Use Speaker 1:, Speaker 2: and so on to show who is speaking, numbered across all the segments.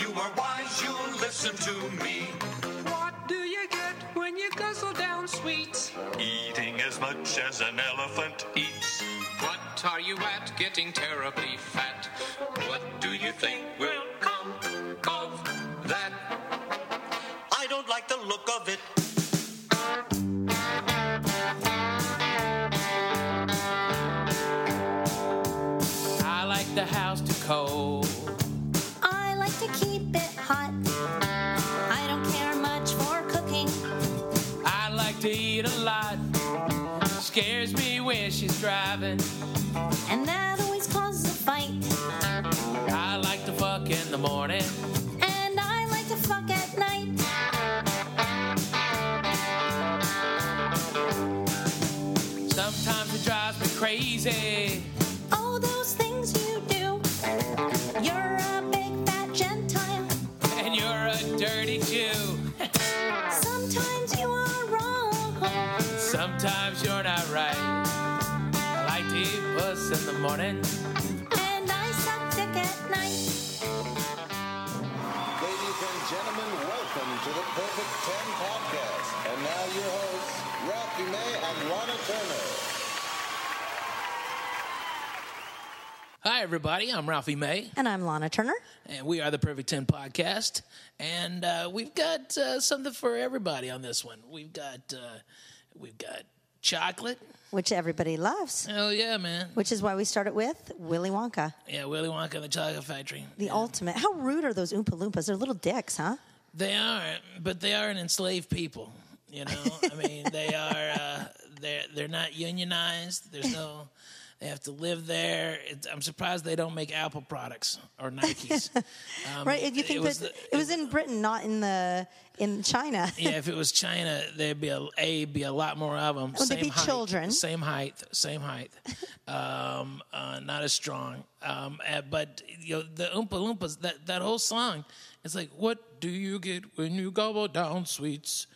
Speaker 1: you're wise, you'll listen to me.
Speaker 2: What do you get when you guzzle down sweets?
Speaker 1: Eating as much as an elephant eats.
Speaker 3: What are you at? Getting terribly fat. What do you think will come of that?
Speaker 1: I don't like the look of it.
Speaker 4: I like the house too cold.
Speaker 5: I like to keep it hot. I don't care much for cooking.
Speaker 4: I like to eat a lot. Scares me when she's driving.
Speaker 5: And that always causes a fight.
Speaker 4: I like to fuck in the morning.
Speaker 5: And I like to fuck at night.
Speaker 4: Sometimes it drives me crazy.
Speaker 5: All those things you do. You're a big fat Gentile.
Speaker 4: And you're a dirty Jew.
Speaker 5: Sometimes you are wrong.
Speaker 4: Sometimes you're not right. I like to eat puss in the morning.
Speaker 5: And I suck dick at night.
Speaker 6: Ladies and gentlemen, welcome to the Perfect 10 podcast. And now your hosts, Rocky May and Lana Turner.
Speaker 4: Hi, everybody. I'm Ralphie May,
Speaker 7: And I'm Lana Turner.
Speaker 4: and we are the Perfect 10 podcast. And uh, we've got uh, something for everybody on this one. We've got, uh, we've got chocolate.
Speaker 7: Which everybody loves,
Speaker 4: Oh, yeah, man.
Speaker 7: which is why we started with Willy Wonka,
Speaker 4: Yeah, Willy Wonka and the Chocolate Factory.
Speaker 7: the ultimate. How rude are those Oompa Loompas? They're little dicks, huh?
Speaker 4: They aren't, but they are an enslaved people. You know, I mean, they are. Uh, they're they're not unionized. There's no. They have to live there. It's, I'm surprised they don't make Apple products or Nikes. Um,
Speaker 7: right? And You think that it was in Britain, not in the in China.
Speaker 4: yeah, if it was China, there'd be a, a be a lot more of them.
Speaker 7: Would they be
Speaker 4: height,
Speaker 7: children?
Speaker 4: Same height, same height. um, uh, not as strong. Um, uh, but you know, the Oompa Loompas, that that whole song, it's like, what do you get when you gobble down sweets?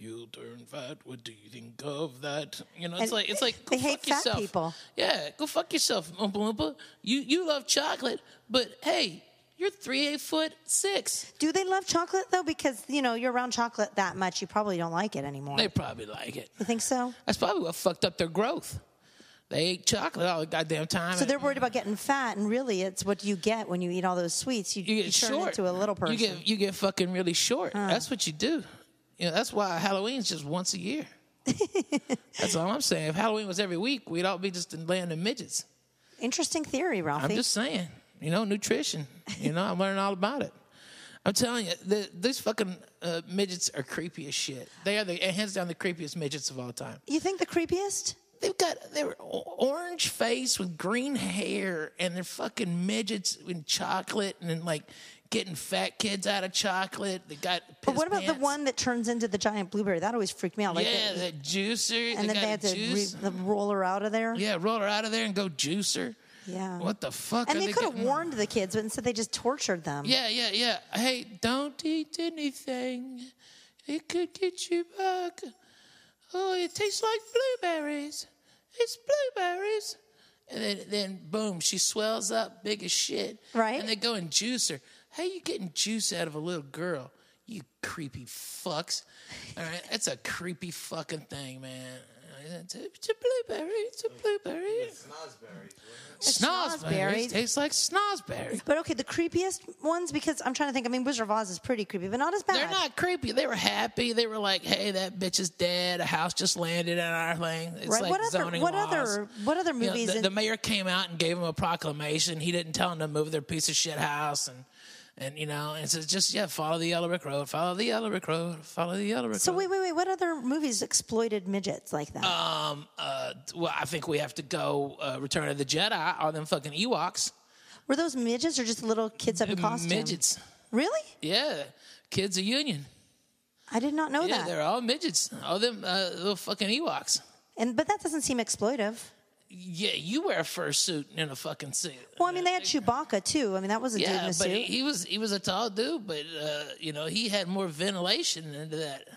Speaker 4: You turn fat. What do you think of that? You know, it's
Speaker 7: And
Speaker 4: like it's like go
Speaker 7: they hate
Speaker 4: fuck
Speaker 7: fat
Speaker 4: yourself.
Speaker 7: people.
Speaker 4: Yeah, go fuck yourself, Oompa Loompa. You you love chocolate, but hey, you're three eight foot six.
Speaker 7: Do they love chocolate though? Because you know you're around chocolate that much, you probably don't like it anymore.
Speaker 4: They probably like it.
Speaker 7: you think so?
Speaker 4: That's probably what fucked up their growth. They ate chocolate all the goddamn time.
Speaker 7: So they're
Speaker 4: and
Speaker 7: worried about getting fat, and really, it's what you get when you eat all those sweets. You,
Speaker 4: you get
Speaker 7: turn
Speaker 4: short
Speaker 7: into a little person.
Speaker 4: You get you get fucking really short. That's what you do. You know, that's why Halloween's just once a year. that's all I'm saying. If Halloween was every week, we'd all be just in land of midgets.
Speaker 7: Interesting theory, Ralphie.
Speaker 4: I'm just saying. You know, nutrition. You know, I'm learning all about it. I'm telling you, the, these fucking uh, midgets are creepy as shit. They are the hands down the creepiest midgets of all time.
Speaker 7: you think the creepiest?
Speaker 4: They've got they're o- orange face with green hair, and they're fucking midgets in chocolate, and then, like getting fat kids out of chocolate. They got.
Speaker 7: But what about the
Speaker 4: pants.
Speaker 7: one that turns into the giant blueberry? That always freaked me out. Like
Speaker 4: yeah,
Speaker 7: the-
Speaker 4: the, juicer.
Speaker 7: and
Speaker 4: they
Speaker 7: then they
Speaker 4: got
Speaker 7: had
Speaker 4: a
Speaker 7: to re-
Speaker 4: juice.
Speaker 7: the roll her out of there.
Speaker 4: yeah, roll her out of there and go juicer.
Speaker 7: Yeah.
Speaker 4: What the fuck?
Speaker 7: And
Speaker 4: are
Speaker 7: they, could have
Speaker 4: getting-
Speaker 7: warned the kids, but instead they just tortured them.
Speaker 4: Yeah, yeah, yeah. Hey, don't eat anything. It could get you back. Oh, it tastes like blueberries. It's blueberries. And then, then boom, she swells up big as shit.
Speaker 7: Right.
Speaker 4: And they go and juice her. How you getting juice out of a little girl? You creepy fucks. All right, that's a creepy fucking thing, man. It's a it's a blueberry. It's a blueberry. Snozberry. Snozberry.
Speaker 7: snozberry.
Speaker 4: Tastes like snozberry.
Speaker 7: But okay, the creepiest ones because I'm trying to think. I mean, Wizard of Oz is pretty creepy, but not as bad.
Speaker 4: They're not creepy. They were happy. They were like, "Hey, that bitch is dead. A house just landed on our thing." It's
Speaker 7: Right.
Speaker 4: like
Speaker 7: what other
Speaker 4: zoning
Speaker 7: what
Speaker 4: laws.
Speaker 7: other what other
Speaker 4: You know,
Speaker 7: movies?
Speaker 4: the,
Speaker 7: in-
Speaker 4: the mayor came out and gave him a proclamation. He didn't tell him to move their piece of shit house and. And you know, and so just yeah, follow the yellow brick road, follow the yellow brick road, follow the yellow brick
Speaker 7: so
Speaker 4: road.
Speaker 7: wait, wait, wait. What other movies exploited midgets like that?
Speaker 4: uh, well, I think we have to go uh, Return of the Jedi or them fucking Ewoks,
Speaker 7: Were those midgets or just little kids up in costume?
Speaker 4: midgets.
Speaker 7: Really?
Speaker 4: Yeah, kids of Union.
Speaker 7: I did not know
Speaker 4: Yeah,
Speaker 7: that.
Speaker 4: they're all midgets. All them uh, little fucking Ewoks.
Speaker 7: And but that doesn't seem exploitive.
Speaker 4: Yeah, you wear a fursuit in a fucking suit.
Speaker 7: Well, I mean, they had Chewbacca too. I mean, that was a dude in
Speaker 4: yeah,
Speaker 7: a
Speaker 4: but
Speaker 7: suit.
Speaker 4: he, he was he was a tall dude, but uh, you know he had more ventilation into that.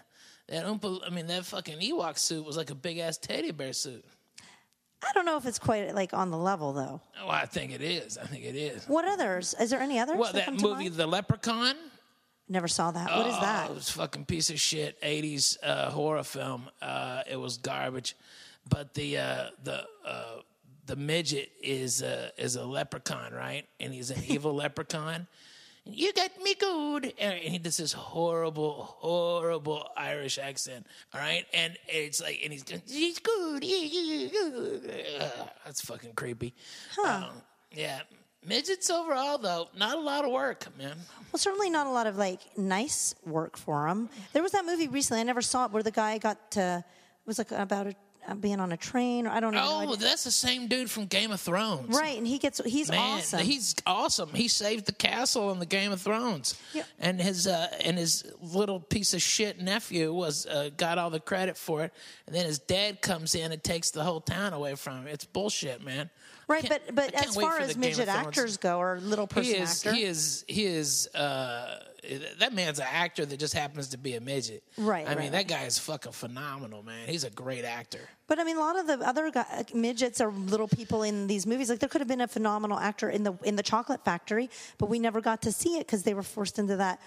Speaker 4: That Oompa, I mean, that fucking Ewok suit was like a big ass teddy bear suit.
Speaker 7: I don't know if it's quite like on the level though.
Speaker 4: Oh, I think it is. I think it is.
Speaker 7: What others? Is there any others?
Speaker 4: Well, that
Speaker 7: come to
Speaker 4: movie,
Speaker 7: mind?
Speaker 4: The Leprechaun.
Speaker 7: Never saw that. What is that?
Speaker 4: Oh, It was a fucking piece of shit '80s uh, horror film. Uh, it was garbage, but the uh, the uh, the midget is uh, is a leprechaun, right? And he's an evil leprechaun. And you got me good, and he does this horrible, horrible Irish accent. All right, and it's like, and he's going, he's good. That's fucking creepy. Um, yeah, midgets overall though, not a lot of work, man.
Speaker 7: Well, certainly not a lot of like nice work for him. There was that movie recently. I never saw it where the guy got to it was like about a, uh, being on a train or I don't know.
Speaker 4: Oh, that's the same dude from Game of Thrones.
Speaker 7: right, and he gets he's
Speaker 4: Man,
Speaker 7: awesome.
Speaker 4: he's awesome. He saved the castle in the Game of Thrones,
Speaker 7: Yeah.
Speaker 4: and his uh, and his little piece of shit nephew was uh, got all the credit for it. And then his dad comes in and takes the whole town away from him. It's bullshit, man.
Speaker 7: right,
Speaker 4: Can't-
Speaker 7: but
Speaker 4: I
Speaker 7: but
Speaker 4: can't
Speaker 7: as
Speaker 4: wait
Speaker 7: far
Speaker 4: for the
Speaker 7: as
Speaker 4: Game of
Speaker 7: midget
Speaker 4: Thrones-
Speaker 7: actors go or little person
Speaker 4: he is
Speaker 7: actor,
Speaker 4: he is he is uh, that man's an actor that just happens to be a midget.
Speaker 7: Right,
Speaker 4: I
Speaker 7: right.
Speaker 4: mean, that guy is fucking phenomenal, man. He's a great actor.
Speaker 7: But I mean, a lot of the other guy, midgets are little people in these movies. Like there could have been a phenomenal actor in the in the Chocolate Factory, but we never got to see it because they were forced into that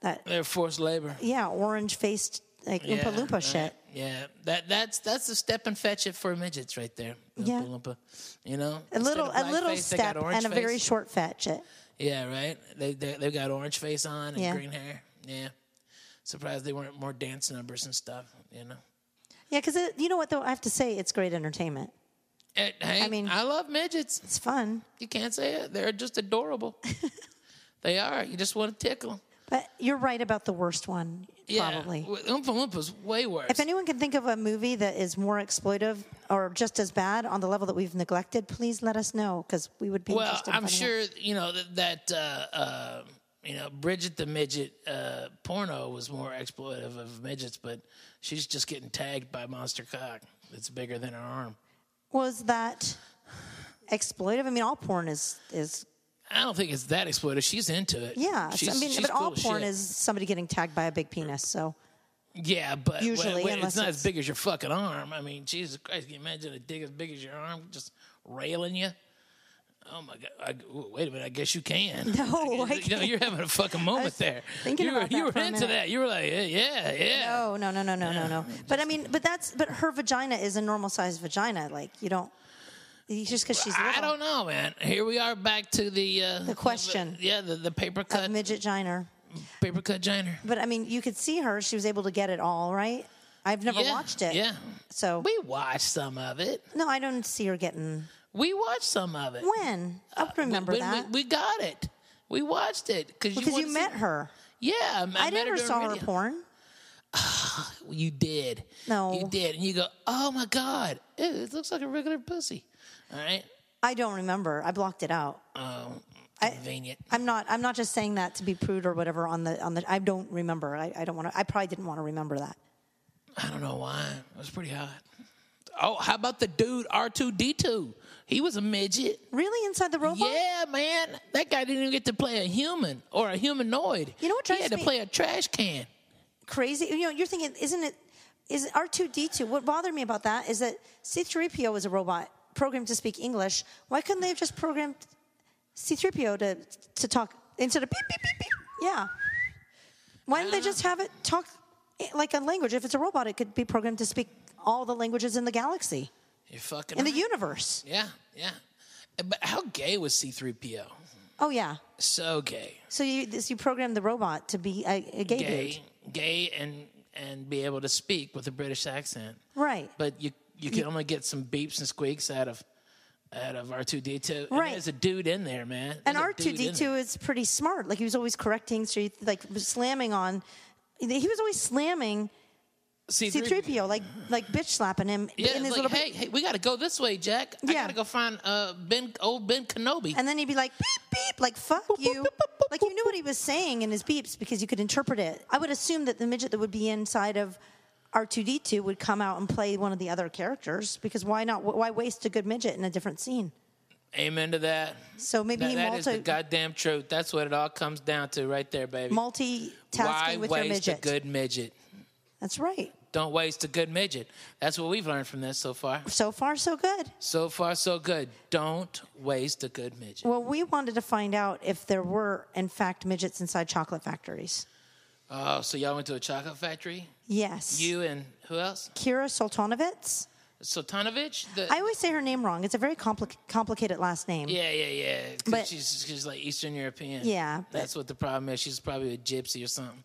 Speaker 7: that
Speaker 4: They're forced labor.
Speaker 7: yeah orange faced like Oompa
Speaker 4: Yeah,
Speaker 7: Loompa
Speaker 4: right.
Speaker 7: shit.
Speaker 4: Yeah, that that's that's the step and fetch it for midgets right there. Oompa
Speaker 7: Yeah.
Speaker 4: Loompa. you know,
Speaker 7: A little a little step and a very
Speaker 4: short.
Speaker 7: short fetch. It.
Speaker 4: yeah, right. They they they've got orange face on and
Speaker 7: Yeah.
Speaker 4: green hair. Yeah, surprised they weren't more dance numbers and stuff. You know,
Speaker 7: Yeah, because you know what though, I have to say it's great entertainment.
Speaker 4: Eh, hey, I
Speaker 7: mean-
Speaker 4: mean, I love midgets.
Speaker 7: It's fun,
Speaker 4: You can't say it. They're just adorable. they are. You just want to tickle. 'em.
Speaker 7: but you're right about the worst one
Speaker 4: Yeah.
Speaker 7: probably.
Speaker 4: W- Oompa Loompa's way worse.
Speaker 7: If anyone can think of a movie that is more exploitive or just as bad on the level that we've neglected, please let us know because we would be
Speaker 4: Well,
Speaker 7: interested. in
Speaker 4: I'm
Speaker 7: finding out.
Speaker 4: sure you know that, that uh, uh, you know Bridget the midget uh, porno was more exploitive of midgets, but she's just getting tagged by monster cock that's bigger than her arm.
Speaker 7: was that exploitive? I mean, all porn is is
Speaker 4: I don't think it's that exploitive. She's into it.
Speaker 7: yeah.
Speaker 4: She's-
Speaker 7: I mean,
Speaker 4: she's
Speaker 7: but all
Speaker 4: cool as
Speaker 7: porn
Speaker 4: shit.
Speaker 7: is somebody getting tagged by a big penis. So
Speaker 4: yeah, but
Speaker 7: Usually,
Speaker 4: usually
Speaker 7: unless
Speaker 4: it's not
Speaker 7: it's-
Speaker 4: as big as your fucking arm. I mean, Jesus Christ, can you imagine a dick as big as your arm just railing you? Oh my God! I, ooh, wait a minute. I guess you can.
Speaker 7: No, I
Speaker 4: You know, you're having a fucking moment there.
Speaker 7: thinking
Speaker 4: you were,
Speaker 7: about that
Speaker 4: you were
Speaker 7: for a
Speaker 4: into
Speaker 7: minute.
Speaker 4: that. You were like, yeah, yeah, yeah.
Speaker 7: oh no no no no no no. But I mean, but that's but her vagina is a normal sized vagina. Like you don't you- just because she's little,
Speaker 4: I don't know, man. Here we are back to the uh, the
Speaker 7: question.
Speaker 4: yeah, the, the paper cut
Speaker 7: midget giner.
Speaker 4: paper cut giner.
Speaker 7: But I mean, you could see her. She was able to get it all right. I've never
Speaker 4: yeah,
Speaker 7: watched it.
Speaker 4: Yeah,
Speaker 7: So
Speaker 4: we watched some of it.
Speaker 7: no, I don't see her getting
Speaker 4: We watched some of it.
Speaker 7: when. I don't remember
Speaker 4: When
Speaker 7: that
Speaker 4: Uh, We, we got it. We watched it because
Speaker 7: because
Speaker 4: wanted
Speaker 7: you,
Speaker 4: to
Speaker 7: met
Speaker 4: see-
Speaker 7: her.
Speaker 4: Yeah, I, met
Speaker 7: I,
Speaker 4: her
Speaker 7: never
Speaker 4: during
Speaker 7: saw her
Speaker 4: radio.
Speaker 7: porn.
Speaker 4: You did.
Speaker 7: No.
Speaker 4: you did, and you go, oh my god, ew, it looks like a regular pussy. All right, um,
Speaker 7: I don't remember. I blocked it out.
Speaker 4: Oh, convenient.
Speaker 7: I'm not. I'm not just saying that to be prude or whatever. On the on the. I don't remember. I, I don't want to. I probably didn't want to remember that.
Speaker 4: I don't know why. It was pretty hot. Oh, how about the dude R two D two? He was a midget.
Speaker 7: Really, inside the robot.
Speaker 4: Yeah, man. That guy didn't even get to play a human or a humanoid.
Speaker 7: You know what
Speaker 4: He
Speaker 7: drives
Speaker 4: had to
Speaker 7: me-
Speaker 4: play a trash can.
Speaker 7: Crazy. You know, you're thinking, isn't it? Is R two D two? What bothered me about that is that C three PO was a robot programmed to speak English. Why couldn't they have just programmed C three PO to to talk instead of beep beep beep beep? Yeah. Why didn't they just have it talk eh, like a language? If it's a robot, it could be programmed to speak all the languages in the galaxy,
Speaker 4: You're fucking.
Speaker 7: in the
Speaker 4: right.
Speaker 7: universe.
Speaker 4: yeah, yeah. But how gay was C3PO?
Speaker 7: Oh yeah.
Speaker 4: So gay.
Speaker 7: So you this, you program the robot to be a, a gay, dude,
Speaker 4: Gay, gay and and be able to speak with a British accent.
Speaker 7: right?
Speaker 4: But you you can only get some beeps and squeaks out of out of R2D2. And
Speaker 7: Right.
Speaker 4: there's a dude in there, man.
Speaker 7: and
Speaker 4: There's
Speaker 7: R
Speaker 4: a dude
Speaker 7: two
Speaker 4: in
Speaker 7: D
Speaker 4: there.
Speaker 7: two is pretty smart. Like he was always correcting, so you, like slamming on. He was always slamming C three PO, like like bitch slapping him
Speaker 4: Yeah,
Speaker 7: in his
Speaker 4: it's
Speaker 7: little.
Speaker 4: like, hey, hey, we got to go this way, Jack. I
Speaker 7: Yeah.
Speaker 4: got to go find uh, Ben, old Ben Kenobi.
Speaker 7: And then he'd be like beep beep, like fuck you. Like you knew what he was saying in his beeps because you could interpret it. I would assume that the midget that would be inside of R two D two would come out and play one of the other characters because why not? Why waste a good midget in a different scene?
Speaker 4: Amen to that.
Speaker 7: So maybe
Speaker 4: That-
Speaker 7: he
Speaker 4: that
Speaker 7: multi
Speaker 4: is the goddamn truth. That's what it all comes down to, right there, baby.
Speaker 7: multitasking
Speaker 4: Why
Speaker 7: with your
Speaker 4: waste
Speaker 7: midget.
Speaker 4: a good midget?
Speaker 7: That's right.
Speaker 4: Don't waste a good midget. That's what we've learned from this so far.
Speaker 7: So far, so good.
Speaker 4: So far, so good. Don't waste a good midget.
Speaker 7: Well, we wanted to find out if there were, in fact, midgets inside chocolate factories.
Speaker 4: Oh, so y'all went to a chocolate factory?
Speaker 7: Yes.
Speaker 4: You and who else?
Speaker 7: Kira Soltonovitz.
Speaker 4: Sotanovich? The,
Speaker 7: I always say her name wrong. It's a very compli- complicated last name.
Speaker 4: Uh, yeah, yeah, yeah. 'Cause
Speaker 7: But-
Speaker 4: she's, she's like Eastern European.
Speaker 7: Yeah, but-
Speaker 4: That's what the problem is. She's probably a gypsy or something.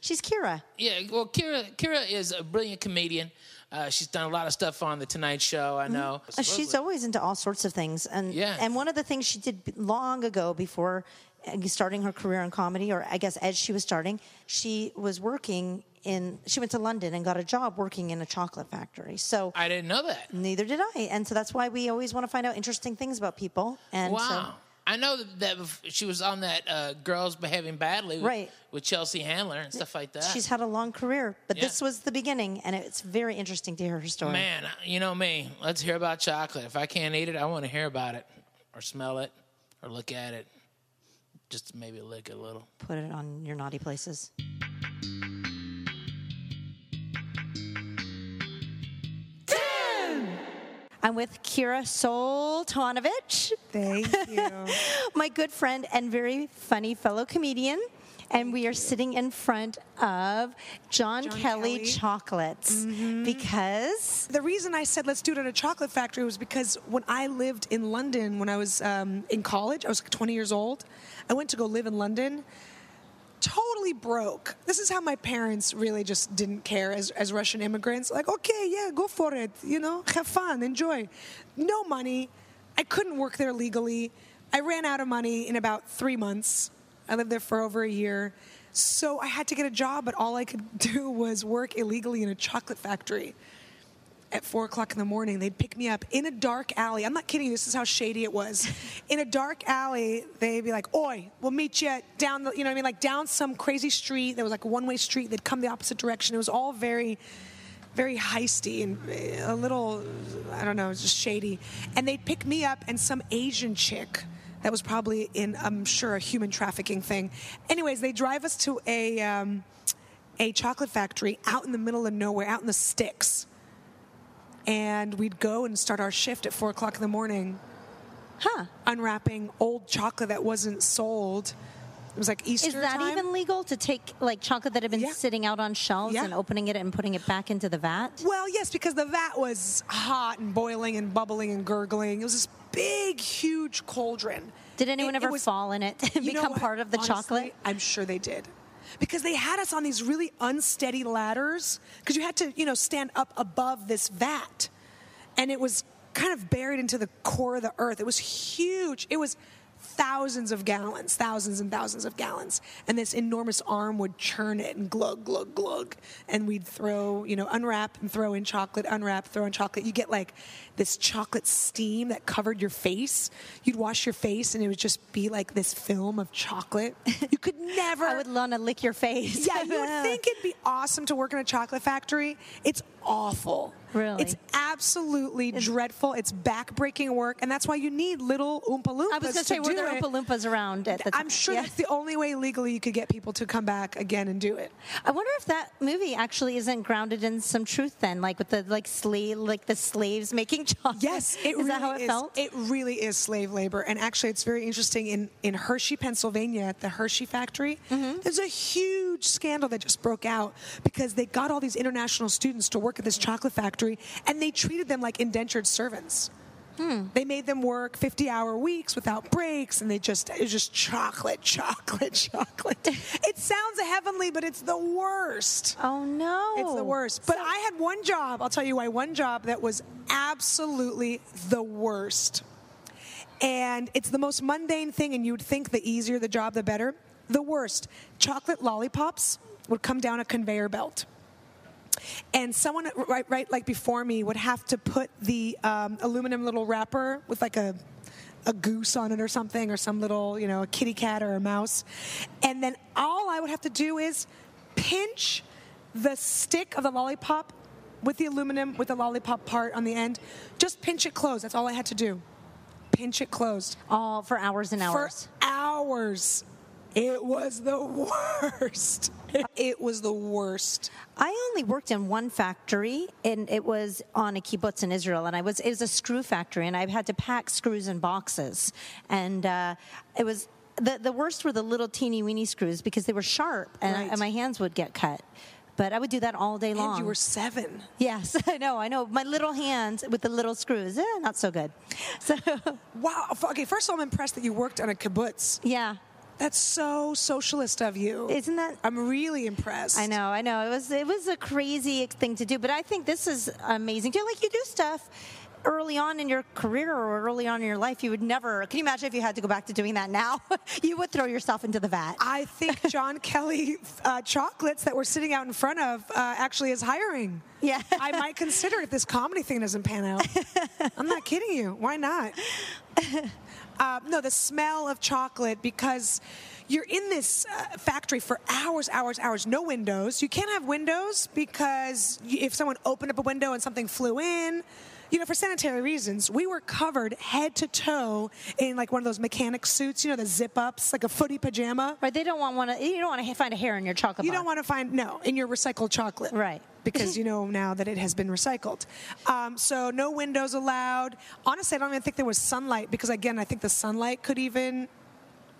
Speaker 7: She's Kira. Uh,
Speaker 4: Yeah, well, Kira Kira is a brilliant comedian. Uh, she's done a lot of stuff on the Tonight Show. I know.
Speaker 7: Uh, She's always into all sorts of things, and
Speaker 4: Yeah.
Speaker 7: and one of the things she did b- long ago before uh, starting her career in comedy, or I guess as she was starting, she was working in. She went to London and got a job working in a chocolate factory. So
Speaker 4: I didn't know that.
Speaker 7: neither did I, and so that's why we always want to find out interesting things about people. And
Speaker 4: Wow.
Speaker 7: so,
Speaker 4: I know that bef- she was on that uh, Girls Behaving Badly with,
Speaker 7: Right.
Speaker 4: with Chelsea Handler and stuff like that.
Speaker 7: She's had a long career, but
Speaker 4: Yeah.
Speaker 7: this was the beginning, and it's very interesting to hear her story.
Speaker 4: Man, you know me. Let's hear about chocolate. If I can't eat it, I want to hear about it or smell it or look at it. Just maybe lick it a little.
Speaker 7: Put it on your naughty places. I'm with Kira Soltanovich,
Speaker 8: Thank you.
Speaker 7: my good friend and very funny fellow comedian. And we are sitting in front of John, Kelly,
Speaker 8: Kelly. Mm-hmm.
Speaker 7: Chocolates because
Speaker 8: the reason I said let's do it at a chocolate factory was because when I lived in London when I was um, in college, I was like 20 years old. I went to go live in London. Totally broke. This is how my parents really just didn't care as, as Russian immigrants. Like, okay, yeah, go for it. You know, have fun, enjoy. No money. I couldn't work there legally. I ran out of money in about three months. I lived there for over a year. So I had to get a job, but all I could do was work illegally in a chocolate factory at four o'clock in the morning. They'd pick me up in a dark alley. I'm not kidding you. This is how shady it was. In a dark alley, they'd be like, "Oi, we'll meet you down the, you know, what I mean, like down some crazy street. There was like a one-way street. They'd come the opposite direction. It was all very, very heisty and uh, a little, I don't know, just shady. And they'd pick me up and some Asian chick. That was probably in, I'm sure, a human trafficking thing. Anyways, they drive us to a um, a chocolate factory out in the middle of nowhere, out in the sticks and we'd go and start our shift at four o'clock in the morning. Huh? Unwrapping old chocolate that wasn't sold. It was like Easter
Speaker 7: is that
Speaker 8: time.
Speaker 7: even legal to take like chocolate that had been
Speaker 8: Yeah.
Speaker 7: sitting out on shelves
Speaker 8: Yeah.
Speaker 7: and opening it and putting it back into the vat?
Speaker 8: well, yes, because the vat was hot and boiling and bubbling and gurgling. It was this big, huge cauldron.
Speaker 7: Did anyone
Speaker 8: It- it
Speaker 7: ever
Speaker 8: was-
Speaker 7: fall in it and
Speaker 8: You know
Speaker 7: become
Speaker 8: what?
Speaker 7: part of the
Speaker 8: Honestly,
Speaker 7: chocolate?
Speaker 8: I'm sure they did. Because they had us on these really unsteady ladders, because you had to, you know, stand up above this vat. And it was kind of buried into the core of the earth. It was huge. It was thousands of gallons, thousands and thousands of gallons. And this enormous arm would churn it and glug, glug, glug. And we'd throw, you know, unwrap and throw in chocolate, unwrap, throw in chocolate. You get like this chocolate steam that covered your face. You'd wash your face and it would just be like this film of chocolate. You could never
Speaker 7: I would want to lick your face.
Speaker 8: yeah, you would think it'd be awesome to work in a chocolate factory. It's awful.
Speaker 7: Really?
Speaker 8: It's absolutely dreadful. It's backbreaking work, and that's why you need little Oompa Loompas.
Speaker 7: I was going to
Speaker 8: to
Speaker 7: say, were
Speaker 8: do
Speaker 7: there
Speaker 8: it.
Speaker 7: Oompa Loompas around at the time?
Speaker 8: I'm sure
Speaker 7: Yeah.
Speaker 8: that's the only way legally you could get people to come back again and do it.
Speaker 7: I wonder if that movie actually isn't grounded in some truth then, like with the like slave, like the slaves making chocolate.
Speaker 8: Yes, it
Speaker 7: is
Speaker 8: really
Speaker 7: that how it
Speaker 8: is.
Speaker 7: felt?
Speaker 8: It really is slave labor, and actually, it's very interesting. In in Hershey, Pennsylvania, at the Hershey factory,
Speaker 7: Mm-hmm.
Speaker 8: there's a huge scandal that just broke out because they got all these international students to work at this chocolate factory, and they treated them like indentured servants.
Speaker 7: Hmm.
Speaker 8: They made them work 50 hour weeks without breaks, and they just, it was just chocolate, chocolate, chocolate. it sounds heavenly, but it's the worst.
Speaker 7: oh no,
Speaker 8: It's the worst. But I had one job, I'll tell you why, one job that was absolutely the worst. And it's the most mundane thing, and you'd think the easier the job, the better. The worst. Chocolate lollipops would come down a conveyor belt. And someone right, right like before me would have to put the um, aluminum little wrapper with like a a goose on it or something, or some little, you know, a kitty cat or a mouse. And then all I would have to do is pinch the stick of the lollipop with the aluminum, with the lollipop part on the end. Just pinch it closed. That's all I had to do. Pinch it closed.
Speaker 7: all for hours and hours.
Speaker 8: For hours. It was the worst. It was the worst.
Speaker 7: I only worked in one factory, and it was on a kibbutz in Israel, and I was it was a screw factory, and I had to pack screws in boxes, and uh, it was the the worst were the little teeny weeny screws because they were sharp and,
Speaker 8: Right.
Speaker 7: and my hands would get cut. But I would do that all day long.
Speaker 8: And you were seven.
Speaker 7: yes, I know, I know. My little hands with the little screws, eh, not so good. So
Speaker 8: Wow. F- Okay, first of all, I'm impressed that you worked on a kibbutz.
Speaker 7: yeah,
Speaker 8: That's so socialist of you.
Speaker 7: Isn't that-
Speaker 8: I'm really impressed.
Speaker 7: I know, I know. It was it was a crazy thing to do, but I think this is amazing too. Like you do stuff early on in your career or early on in your life you would never can you imagine if you had to go back to doing that now you would throw yourself into the vat
Speaker 8: I think John Kelly uh, chocolates that we're sitting out in front of uh, actually is hiring.
Speaker 7: Yeah.
Speaker 8: I might consider if this comedy thing doesn't pan out. I'm not kidding you. Why not? Uh, no, the smell of chocolate because you're in this uh, factory for hours, hours, hours. No windows. You can't have windows because y if someone opened up a window and something flew in, you know, for sanitary reasons, we were covered head to toe in like one of those mechanic suits. You know, the zip ups, like a footy pajama.
Speaker 7: Right, they don't want one. of- You don't want to find a hair in your chocolate.
Speaker 8: You
Speaker 7: bar.
Speaker 8: don't want to find no in your recycled chocolate,
Speaker 7: Right.
Speaker 8: Because you know now that it has been recycled. Um, so no windows allowed. Honestly, I don't even think there was sunlight because again, I think the sunlight could even,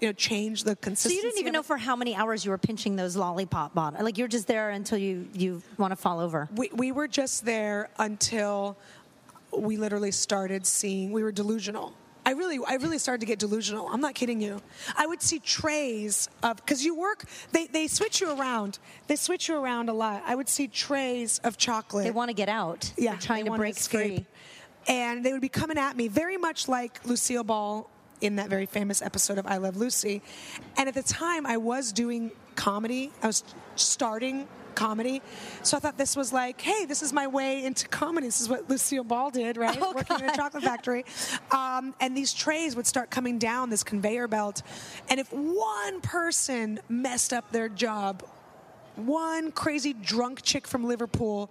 Speaker 8: you know, change the
Speaker 7: So
Speaker 8: consistency.
Speaker 7: you didn't even
Speaker 8: of
Speaker 7: know
Speaker 8: it.
Speaker 7: for how many hours you were pinching those lollipop bottoms. Like you're just there until you you want to fall over.
Speaker 8: we, we were just there until we literally started seeing we were delusional i really i really started to get delusional i'm not kidding you i would see trays of because you work they, they switch you around they switch you around a lot i would see trays of chocolate
Speaker 7: They want to get out.
Speaker 8: yeah,
Speaker 7: They're trying
Speaker 8: they
Speaker 7: to
Speaker 8: wanted
Speaker 7: break free.
Speaker 8: And they would be coming at me very much like Lucille Ball in that very famous episode of I Love Lucy. And at the time, I was doing comedy, I was starting comedy. So I thought this was like, hey, this is my way into comedy. This is what Lucille Ball did, right? Working in a chocolate factory. Um, and these trays would start coming down this conveyor belt. And if one person messed up their job, one crazy drunk chick from Liverpool,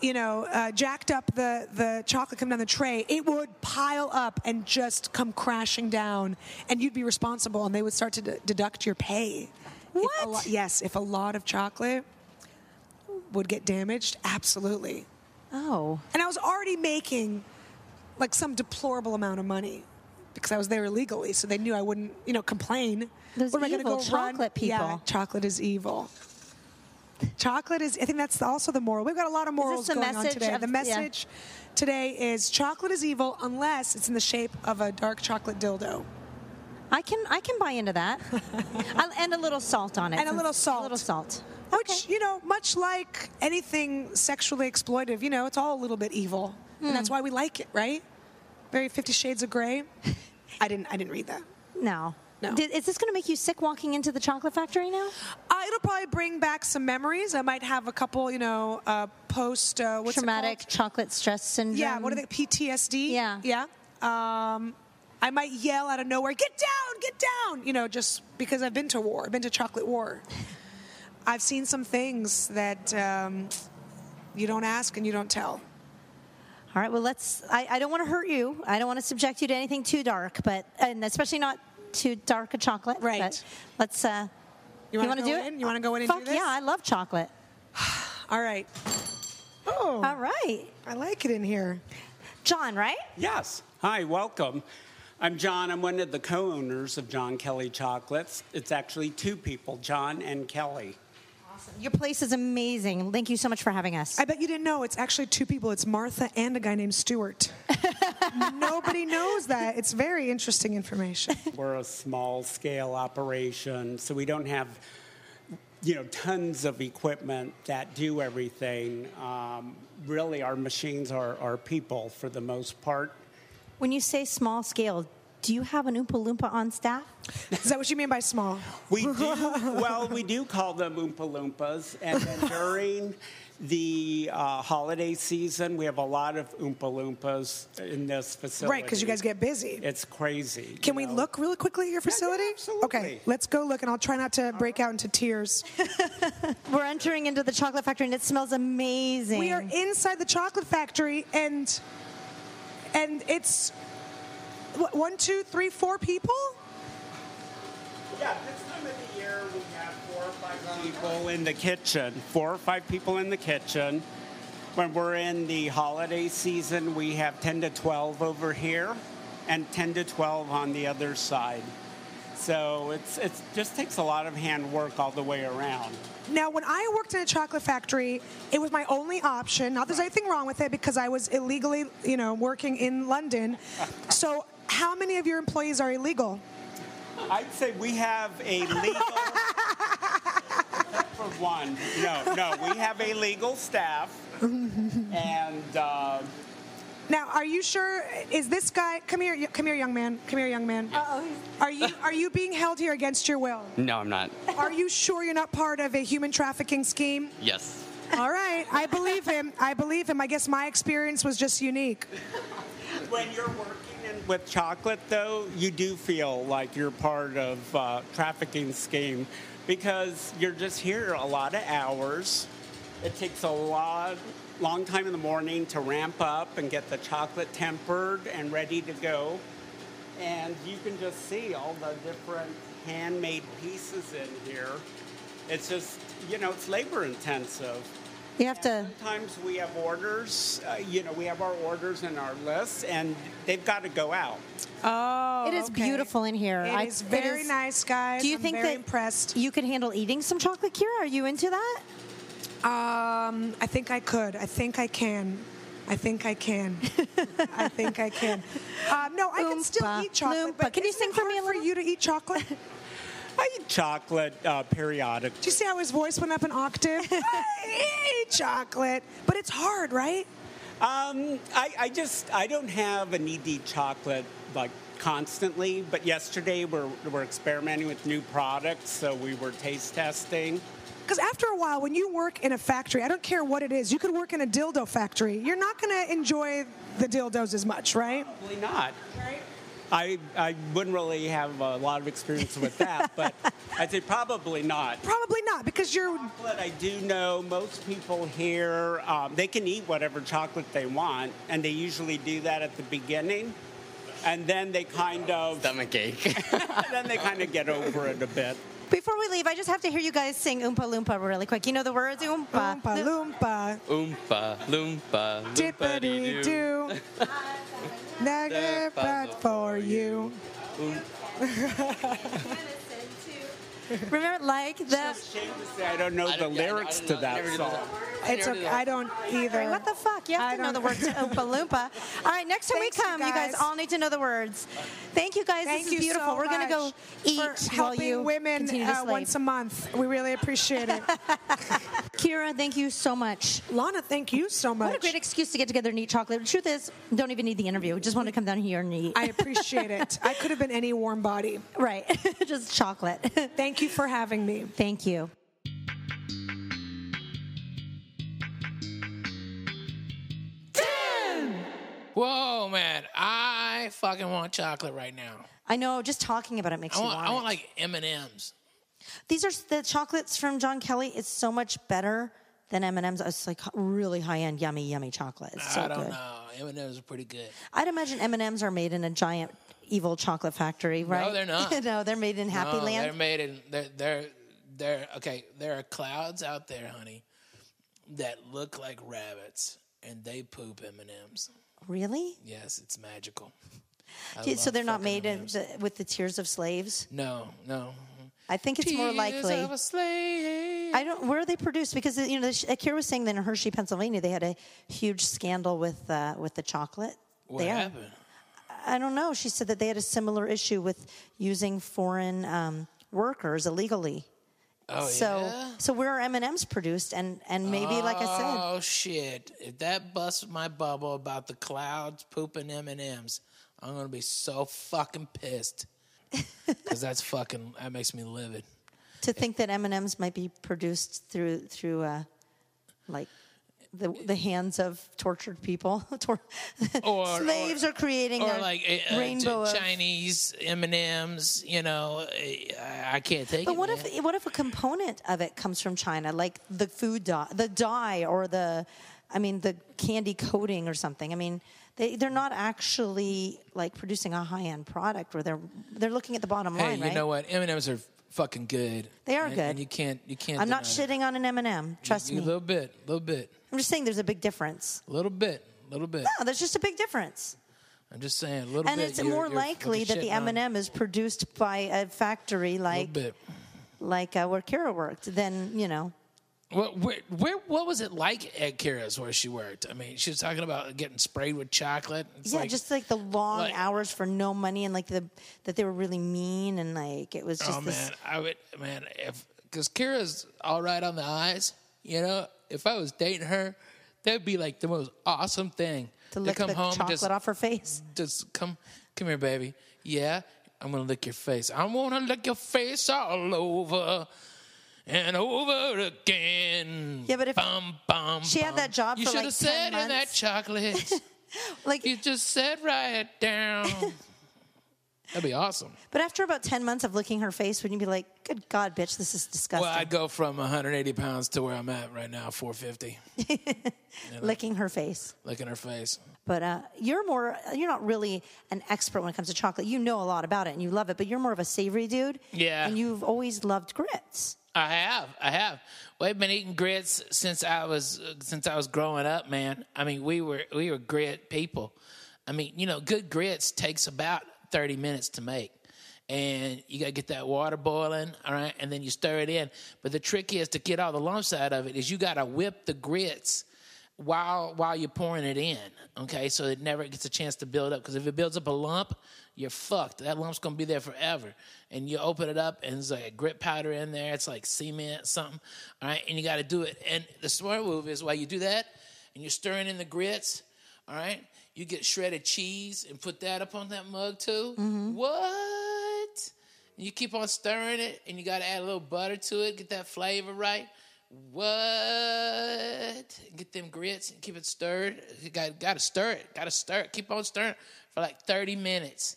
Speaker 8: you know, uh, jacked up the, the chocolate coming down the tray, it would pile up and just come crashing down, and you'd be responsible, and they would start to d- deduct your pay. If a
Speaker 7: What?
Speaker 8: lo- yes, if a lot of chocolate would get damaged, absolutely.
Speaker 7: Oh,
Speaker 8: And I was already making like some deplorable amount of money because I was there illegally, so they knew I wouldn't, you know, complain.
Speaker 7: Those
Speaker 8: What am I gonna
Speaker 7: evil
Speaker 8: go run?
Speaker 7: chocolate
Speaker 8: Yeah,
Speaker 7: people.
Speaker 8: chocolate is evil. Chocolate is. I think that's also the moral. We've got a lot of morals
Speaker 7: the
Speaker 8: going on
Speaker 7: message
Speaker 8: today.
Speaker 7: of-
Speaker 8: the
Speaker 7: yeah.
Speaker 8: message today is chocolate is evil unless it's in the shape of a dark chocolate dildo.
Speaker 7: I can I can buy into that, I, and a little salt on it,
Speaker 8: And a little
Speaker 7: a little salt.
Speaker 8: Which,
Speaker 7: Okay.
Speaker 8: you know, much like anything sexually exploitive, you know, it's all a little bit evil. And
Speaker 7: Hmm.
Speaker 8: that's why we like it, right? Very Fifty Shades of Grey. I didn't I didn't read that.
Speaker 7: No.
Speaker 8: No.
Speaker 7: Did, is this going to make you sick walking into the chocolate factory now?
Speaker 8: Uh, it'll probably bring back some memories. I might have a couple, you know, uh, post uh, what's it
Speaker 7: Traumatic
Speaker 8: called?
Speaker 7: chocolate stress syndrome.
Speaker 8: Yeah, what are they? PTSD.
Speaker 7: Yeah.
Speaker 8: yeah. Um, I might yell out of nowhere, "Get down! Get down!" You know, just because I've been to war, I've been to chocolate war. I've seen some things that um, you don't ask and you don't tell.
Speaker 7: All right. Well, let's. I, I don't want to hurt you. I don't want to subject you to anything too dark, but and especially not too dark a chocolate.
Speaker 8: Right.
Speaker 7: But let's. Uh,
Speaker 8: You
Speaker 7: you
Speaker 8: want
Speaker 7: want
Speaker 8: to
Speaker 7: to do
Speaker 8: in?
Speaker 7: it?
Speaker 8: You want to go in and
Speaker 7: Fuck
Speaker 8: do this?
Speaker 7: yeah! I love chocolate.
Speaker 8: All right. Oh,
Speaker 7: All right,
Speaker 8: I like it in here.
Speaker 7: John. Right?
Speaker 9: Yes. Hi, welcome. I'm John. I'm one of the co owners of John Kelly Chocolates. It's actually two people, John and Kelly.
Speaker 7: Your place is amazing. Thank you so much for having us.
Speaker 8: I bet you didn't know it's actually two people. It's Martha and a guy named Stuart. Nobody knows that. It's very interesting information.
Speaker 9: We're a small scale operation, so we don't have you know tons of equipment that do everything. Um, really, our machines are, are people for the most part.
Speaker 7: when you say small scale, do you have an Oompa Loompa on staff?
Speaker 8: Is that what you mean by small?
Speaker 9: We do well. We do call them Oompa Loompas, and then during the uh, holiday season, we have a lot of Oompa Loompas in this facility.
Speaker 8: Right, because you guys get busy.
Speaker 9: It's crazy.
Speaker 8: Can
Speaker 9: you
Speaker 8: we
Speaker 9: know?
Speaker 8: look really quickly at your facility?
Speaker 9: absolutely.
Speaker 8: Okay, let's go look, and I'll try not to break out into tears.
Speaker 7: We're entering into the chocolate factory, and it smells amazing.
Speaker 8: we are inside the chocolate factory, and and it's what, one, two, three, four people.
Speaker 9: Yeah, this time of the year we have four or five people in the kitchen. Four or five people in the kitchen. When we're in the holiday season, we have 10 to 12 over here and 10 to 12 on the other side. So it's it's just takes a lot of hand work all the way around.
Speaker 8: Now, when I worked in a chocolate factory, it was my only option. Not there's anything wrong with it because I was illegally, you know, working in London. so, how many of your employees are illegal?
Speaker 9: I'd say we have a legal. for one, no, no, we have a legal staff, and uh,
Speaker 8: Now, are you sure? Is this guy? Come here, y- come here, young man. Come here, young man. Uh-oh. Are you are you being held here against your will?
Speaker 10: No, I'm not.
Speaker 8: Are you sure you're not part of a human trafficking scheme?
Speaker 10: Yes.
Speaker 8: All right, I believe him. I believe him. I guess my experience was just unique.
Speaker 9: when you're working in, with chocolate, though, you do feel like you're part of uh, trafficking scheme because you're just here a lot of hours. It takes a lot, long time in the morning to ramp up and get the chocolate tempered and ready to go. And you can just see all the different handmade pieces in here. It's just, you know, it's labor intensive.
Speaker 7: You have to.
Speaker 9: Sometimes we have orders, uh, you know, we have our orders and our lists, and they've got to go out.
Speaker 8: Oh,
Speaker 7: It is beautiful in here.
Speaker 8: It
Speaker 7: I-
Speaker 8: is very
Speaker 7: is-
Speaker 8: nice, guys.
Speaker 7: Do you
Speaker 8: I'm
Speaker 7: think
Speaker 8: very
Speaker 7: that
Speaker 8: impressed?
Speaker 7: you could handle eating some chocolate, Kira? Are you into that?
Speaker 8: Um, I think I could. I think I can. I think I can. I think I can. Um, no, I can still
Speaker 7: Oompa
Speaker 8: eat chocolate.
Speaker 7: loompa.
Speaker 8: But
Speaker 7: Can you
Speaker 8: isn't
Speaker 7: sing
Speaker 8: it
Speaker 7: for me
Speaker 8: hard
Speaker 7: a little?
Speaker 8: For you to eat chocolate? Do
Speaker 9: I eat chocolate uh, periodically.
Speaker 8: you see how his voice went up an octave? I eat chocolate, but it's hard, right?
Speaker 9: Um, I, I just I don't have a need to eat chocolate like constantly. But yesterday we're we're experimenting with new products, so we were taste testing.
Speaker 8: Because after a while, when you work in a factory, I don't care what it is, you could work in a dildo factory. You're not going to enjoy the dildos as much, right?
Speaker 9: Probably not. I, I wouldn't really have a lot of experience with that, but I'd say probably not.
Speaker 8: Probably not, because you're.
Speaker 9: But I do know most people here, um, they can eat whatever chocolate they want, and they usually do that at the beginning. And then they kind of,
Speaker 10: Stomach ache.
Speaker 9: then they kind of get over it a bit.
Speaker 7: Before we leave, I just have to hear you guys sing Oompa Loompa really quick. You know the words Oompa.
Speaker 8: Oompa
Speaker 7: Loom-
Speaker 8: loompa,
Speaker 10: Oompa, loompa,
Speaker 8: dippity
Speaker 10: loompa
Speaker 8: doo. Never but for you.
Speaker 7: Remember, like the.
Speaker 9: Shame to say I don't know the lyrics to that song.
Speaker 8: It's okay. I don't either.
Speaker 7: What the fuck? You have
Speaker 8: I
Speaker 7: to know the
Speaker 8: don't-
Speaker 7: words to Oompa Loompa. All right, next time
Speaker 8: Thanks,
Speaker 7: we
Speaker 8: you
Speaker 7: come, you guys.
Speaker 8: guys.
Speaker 7: all need to know the words. Thank you guys.
Speaker 8: Thank
Speaker 7: this is
Speaker 8: you
Speaker 7: beautiful.
Speaker 8: so
Speaker 7: We're gonna go
Speaker 8: much
Speaker 7: eat
Speaker 8: for
Speaker 7: while
Speaker 8: helping
Speaker 7: you
Speaker 8: women
Speaker 7: continue to
Speaker 8: uh,
Speaker 7: slave.
Speaker 8: once a month. We really appreciate it.
Speaker 7: Kira, thank you so much.
Speaker 8: Lana, thank you so much.
Speaker 7: What a great excuse to get together and eat chocolate. The truth is, don't even need the interview. Just want to come down here and eat.
Speaker 8: I appreciate it. I could have been any warm body.
Speaker 7: right, just chocolate.
Speaker 8: Thank you for having me.
Speaker 7: Thank you.
Speaker 4: Whoa, man! I fucking want chocolate right now.
Speaker 7: I know. Just talking about it makes
Speaker 4: I
Speaker 7: you
Speaker 4: want,
Speaker 7: want.
Speaker 4: I
Speaker 7: it.
Speaker 4: want like M and M's.
Speaker 7: These are the chocolates from John Kelly. It's so much better than M and M's. It's like really high end, yummy, yummy chocolate. It's so
Speaker 4: I don't
Speaker 7: good.
Speaker 4: know. M and M's are pretty good.
Speaker 7: I'd imagine M and M's are made in a giant evil chocolate factory, right?
Speaker 4: they're not.
Speaker 7: no, they're made in Happy
Speaker 4: No, They're
Speaker 7: Land.
Speaker 4: made in they're, they're they're okay. There are clouds out there, honey, that look like rabbits, and they poop M and M's.
Speaker 7: Really?
Speaker 4: Yes, it's magical.
Speaker 7: Yeah, so
Speaker 4: love
Speaker 7: they're not
Speaker 4: fucking
Speaker 7: made in
Speaker 4: M&Ms.
Speaker 7: the, with the tears of slaves.
Speaker 4: No, no.
Speaker 7: I think it's more likely.
Speaker 4: Of a slave.
Speaker 7: I don't. Where are they produced? Because you know, Akira was saying that in Hershey, Pennsylvania, they had a huge scandal with uh, with the chocolate.
Speaker 4: What
Speaker 7: there.
Speaker 4: happened?
Speaker 7: I don't know. She said that they had a similar issue with using foreign um, workers illegally.
Speaker 4: Oh
Speaker 7: so,
Speaker 4: yeah.
Speaker 7: so where are M and M's produced? And and maybe, like I said,
Speaker 4: Oh shit! If that busts my bubble about the clouds pooping M and M's, I'm gonna be so fucking pissed. Cause that's fucking that makes me livid.
Speaker 7: to think that M and M's might be produced through through uh, like the the hands of tortured people. Tor-
Speaker 4: Or-
Speaker 7: slaves
Speaker 4: or-
Speaker 7: are creating
Speaker 4: Or
Speaker 7: a
Speaker 4: like uh, a,
Speaker 7: rainbow of-
Speaker 4: Chinese M and M's, you know, eh, I, I can't take
Speaker 7: But
Speaker 4: it.
Speaker 7: what
Speaker 4: man.
Speaker 7: if what if a component of it comes from China, like the food dye, the dye, or the, I mean, the candy coating or something? I mean, they they're not actually like producing a high end product where they're they're looking at the bottom
Speaker 4: Hey,
Speaker 7: line,
Speaker 4: you
Speaker 7: right?
Speaker 4: know what? M and M's are fucking good.
Speaker 7: They are
Speaker 4: and,
Speaker 7: good.
Speaker 4: And you can't. You can't.
Speaker 7: I'm not
Speaker 4: deny
Speaker 7: shitting on an M&M. Trust
Speaker 4: You,
Speaker 7: me.
Speaker 4: a little bit. A little bit.
Speaker 7: I'm just saying there's a big difference.
Speaker 4: A little bit. A little bit.
Speaker 7: No, there's just a big difference.
Speaker 4: I'm just saying a little
Speaker 7: And
Speaker 4: bit.
Speaker 7: it's
Speaker 4: you're-
Speaker 7: more
Speaker 4: you're fucking
Speaker 7: likely that the
Speaker 4: shitting on-
Speaker 7: M&M is produced by a factory
Speaker 4: a
Speaker 7: like
Speaker 4: little bit.
Speaker 7: like uh, where Kara worked than you know.
Speaker 4: What where, where what was it like at Kara's where she worked? I mean, she was talking about getting sprayed with chocolate. It's
Speaker 7: yeah, just like the long
Speaker 4: like-
Speaker 7: hours for no money and like the that they were really mean and like it was just
Speaker 4: oh
Speaker 7: this.
Speaker 4: man, I would man if because Kara's all right on the eyes. You know, if I was dating her, that'd be like the most awesome thing
Speaker 7: To lick
Speaker 4: come
Speaker 7: the
Speaker 4: home
Speaker 7: chocolate
Speaker 4: just
Speaker 7: off her face.
Speaker 4: just come come here, baby. Yeah, I'm gonna lick your face. I wanna lick your face all over and over again.
Speaker 7: Yeah, but if
Speaker 4: bum, bum,
Speaker 7: she had
Speaker 4: bum.
Speaker 7: that job
Speaker 4: you
Speaker 7: for,
Speaker 4: shoulda
Speaker 7: like, 10
Speaker 4: said in that
Speaker 7: months.
Speaker 4: chocolate.
Speaker 7: Like,
Speaker 4: you just said right down. That'd be awesome.
Speaker 7: but after about ten months of licking her face, wouldn't you be like, "Good God, bitch, this is disgusting."
Speaker 4: Well, I'd go from 180 pounds to where I'm at right now, 450,
Speaker 7: licking her face.
Speaker 4: licking her face.
Speaker 7: But uh, you're more, you're not really an expert when it comes to chocolate. You know a lot about it and you love it, but you're more of a savory dude.
Speaker 4: Yeah.
Speaker 7: And you've always loved grits.
Speaker 4: I have, I have. Well, I've been eating grits since I was since I was growing up, man. I mean, we were we were grit people. I mean, you know, good grits takes about 30 minutes to make. And you gotta get that water boiling, all right, and then you stir it in. But the trick is to get all the lumps out of it is you gotta whip the grits while while you're pouring it in. Okay, so it never gets a chance to build up because if it builds up a lump, you're fucked. That lump's gonna be there forever. And you open it up and there's like a grit powder in there. It's like cement something. All right, and you got to do it. And the smart move is while you do that, and you're stirring in the grits. All right, you get shredded cheese and put that up on that mug too. What? And you keep on stirring it, and you got to add a little butter to it, get that flavor right. What? Get them grits and keep it stirred. You got got to stir it. Got to stir it. Keep on stirring it for like thirty minutes,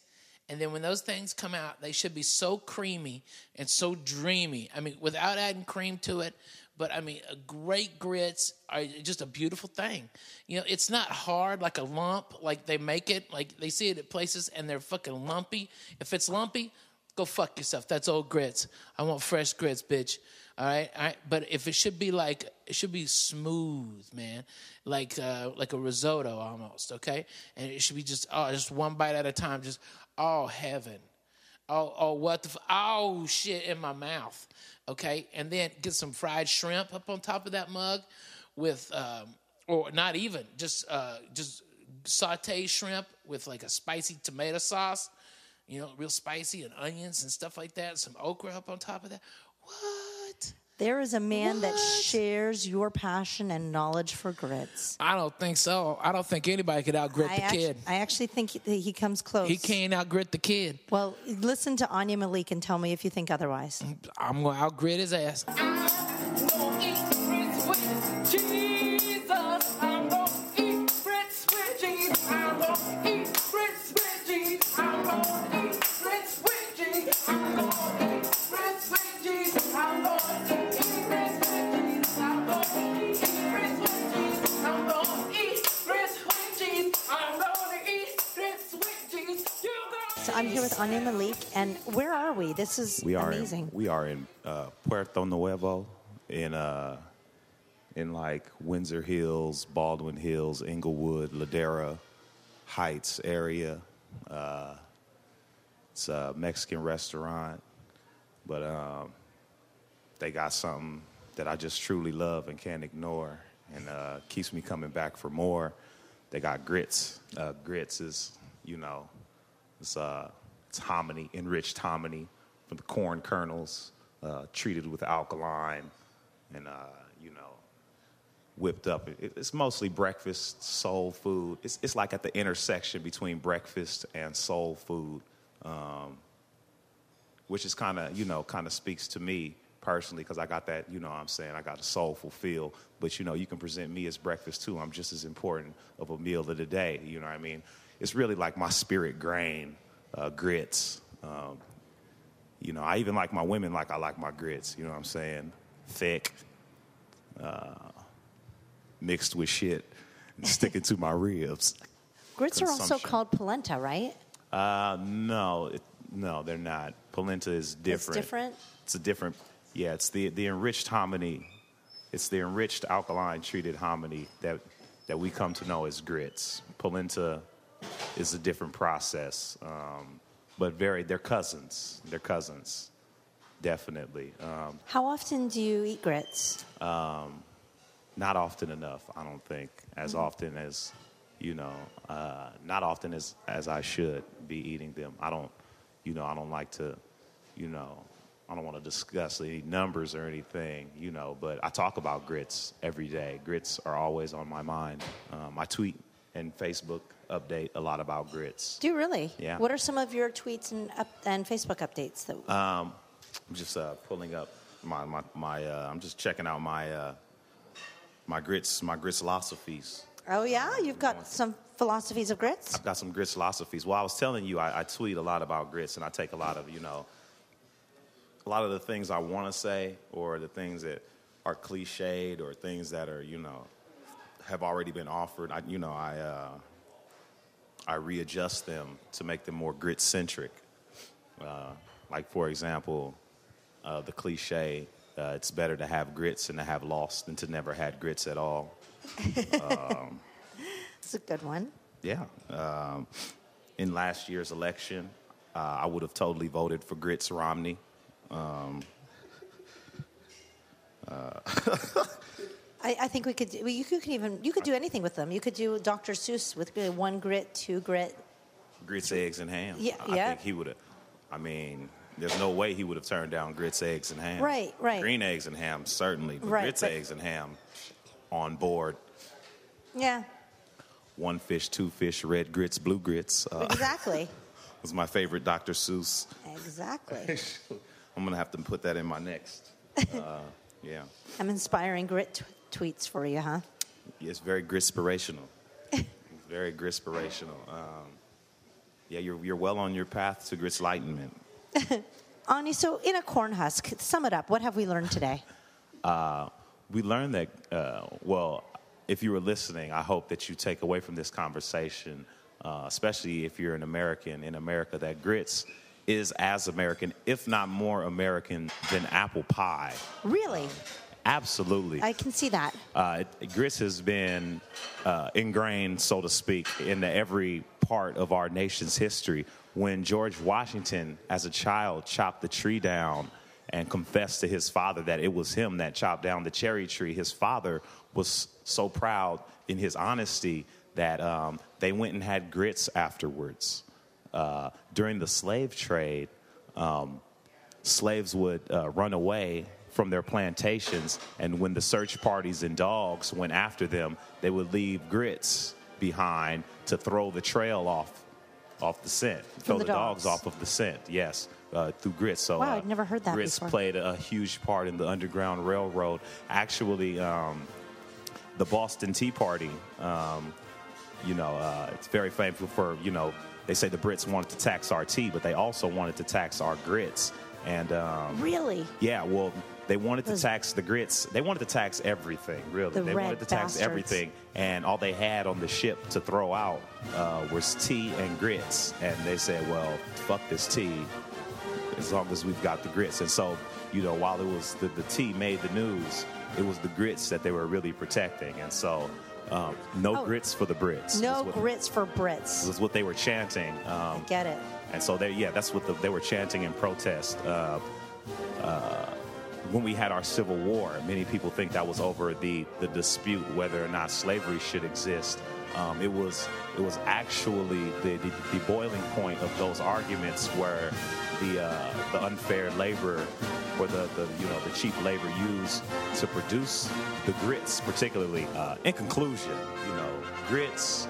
Speaker 4: and then when those things come out, they should be so creamy and so dreamy. I mean, without adding cream to it, but I mean, a great grits are just a beautiful thing. You know, it's not hard like a lump, like they make it, like they see it at places, and they're fucking lumpy. If it's lumpy, go fuck yourself. That's old grits. I want fresh grits, bitch. All right, all right. But if it should be like, it should be smooth, man, like uh, like a risotto almost. Okay, and it should be just oh, just one bite at a time. Just oh heaven, oh oh what the f- oh shit in my mouth. Okay, and then get some fried shrimp up on top of that mug, with um, or not even just uh, just saute shrimp with like a spicy tomato sauce you know, real spicy and onions and stuff like that, some okra up on top of that. What?
Speaker 7: There is a man that
Speaker 4: What?
Speaker 7: shares your passion and knowledge for grits.
Speaker 4: I don't think so. I don't think anybody could outgrit
Speaker 7: I,
Speaker 4: the
Speaker 7: actu-
Speaker 4: kid.
Speaker 7: I actually think he, he comes close.
Speaker 4: He can't outgrit the kid.
Speaker 7: Well, listen to Anya Malik and tell me if you think otherwise.
Speaker 4: I'm gonna outgrit his ass.
Speaker 7: So I'm here with Anya Malik, and where are we? This is
Speaker 11: We are
Speaker 7: amazing.
Speaker 11: In, we are in uh, Puerto Nuevo, in uh, in like Windsor Hills, Baldwin Hills, Inglewood, Ladera Heights area. Uh, it's a Mexican restaurant, but um, they got something that I just truly love and can't ignore, and uh, keeps me coming back for more. They got grits. Uh, grits is, you know, it's uh, it's hominy, enriched hominy from the corn kernels, uh, treated with alkaline, and uh, you know, whipped up. It, it's mostly breakfast soul food. It's it's like at the intersection between breakfast and soul food, um, which is kind of you know kind of speaks to me personally because I got that you know what I'm saying I got a soulful feel. But you know you can present me as breakfast too. I'm just as important of a meal of the day. You know what I mean? It's really like my spirit grain, uh, grits. Um, you know, I even like my women like I like my grits. You know what I'm saying? Thick, uh, mixed with shit, and sticking to my ribs.
Speaker 7: grits are also
Speaker 11: consumption.
Speaker 7: called polenta, right?
Speaker 11: Uh, no, it, no, they're not. Polenta is different.
Speaker 7: different?
Speaker 11: It's a different. Yeah, it's the the enriched hominy. It's the enriched alkaline treated hominy that that we come to know as grits. Polenta is a different process. Um, but very, they're cousins. They're cousins, definitely. Um,
Speaker 7: How often do you eat grits?
Speaker 11: um, not often enough, I don't think, as
Speaker 7: Mhm.
Speaker 11: often as, you know, uh, not often as, as I should be eating them. I don't, you know, I don't like to, you know, I don't want to discuss any numbers or anything, you know, but I talk about grits every day. Grits are always on my mind. Um, I tweet and Facebook update a lot about grits.
Speaker 7: Do you really?
Speaker 11: Yeah.
Speaker 7: What are some of your tweets and up, and Facebook updates? That,
Speaker 11: Um, I'm just uh, pulling up my my, my uh, I'm just checking out my uh, my grits my grits philosophies.
Speaker 7: oh yeah, you've got some philosophies of grits.
Speaker 11: I've got some grits philosophies. Well, I was telling you, I, I tweet a lot about grits, and I take a lot of you know, a lot of the things I want to say, or the things that are cliched, or things that are you know, have already been offered. I you know I uh, I readjust them to make them more grit centric. Uh, like for example, uh, the cliche. Uh, it's better to have grits and to have lost than to never had grits at all. um,
Speaker 7: It's a good one.
Speaker 11: yeah. Um, in last year's election, uh, I would have totally voted for Grits Romney. Um, uh,
Speaker 7: I, I think we could. do- Well, you could could even you could do anything with them. You could do Dr. Seuss with uh, one grit, two grit.
Speaker 11: grits, eggs, and ham.
Speaker 7: Yeah,
Speaker 11: I
Speaker 7: yeah.
Speaker 11: think he would have. I mean, there's no way he would have turned down grits, eggs, and ham.
Speaker 7: Right, right.
Speaker 11: Green eggs and ham, certainly. But
Speaker 7: Right,
Speaker 11: grits,
Speaker 7: but-
Speaker 11: eggs, and ham on board.
Speaker 7: Yeah,
Speaker 11: One fish, two fish, red grits, blue grits. Uh,
Speaker 7: exactly,
Speaker 11: was my favorite Dr. Seuss.
Speaker 7: exactly.
Speaker 11: I'm going to have to put that in my next. Uh, yeah.
Speaker 7: I'm inspiring grit t- tweets for you, huh?
Speaker 11: It's very grispirational. very grispirational. Um, yeah, you're, you're well on your path to grits enlightenment.
Speaker 7: Ani, so in a corn husk, sum it up. What have we learned today?
Speaker 11: Uh, we learned that, uh, well, if you were listening, I hope that you take away from this conversation, uh, especially if you're an American in America, that grits is as American, if not more American, than apple pie.
Speaker 7: Really,
Speaker 11: Absolutely.
Speaker 7: I can see that.
Speaker 11: Uh, it- grits has been uh, ingrained, so to speak, into every part of our nation's history. When George Washington, as a child, chopped the tree down and confessed to his father that it was him that chopped down the cherry tree, his father was so proud in his honesty that um, they went and had grits afterwards. Uh, during the slave trade, um, slaves would uh, run away from their plantations, and when the search parties and dogs went after them, they would leave grits behind to throw the trail off, off the scent, throw
Speaker 7: the
Speaker 11: the, dogs.
Speaker 7: dogs.
Speaker 11: off of the scent. Yes, uh, through grits. So
Speaker 7: Wow,
Speaker 11: uh,
Speaker 7: I'd never heard that
Speaker 11: grits
Speaker 7: before.
Speaker 11: played a huge part in the Underground Railroad. Actually, um, the Boston Tea Party. Um, you know, uh, it's very famous for, you know, they say the Brits wanted to tax our tea, but they also wanted to tax our grits. And um,
Speaker 7: Really?
Speaker 11: yeah, well, they wanted to
Speaker 7: Those-
Speaker 11: tax the grits. They wanted to tax everything, really.
Speaker 7: The
Speaker 11: they
Speaker 7: red
Speaker 11: wanted to tax
Speaker 7: bastards.
Speaker 11: everything, and all they had on the ship to throw out uh, was tea and grits. And they said, "Well, fuck this tea, as long as we've got the grits." And so, you know, while it was the, the tea made the news, it was the grits that they were really protecting. And so, um, no
Speaker 7: Oh.
Speaker 11: grits for the Brits.
Speaker 7: No
Speaker 11: was what-
Speaker 7: grits for Brits.
Speaker 11: was what they were chanting. Um,
Speaker 7: Get it?
Speaker 11: and so they, yeah, that's what the, they were chanting in protest. Uh, uh, when we had our Civil War, many people think that was over the, the dispute whether or not slavery should exist. Um, it was it was actually the, the, the boiling point of those arguments where the uh, the unfair labor or the, the you know the cheap labor used to produce the grits, particularly. Uh, in conclusion, you know, grits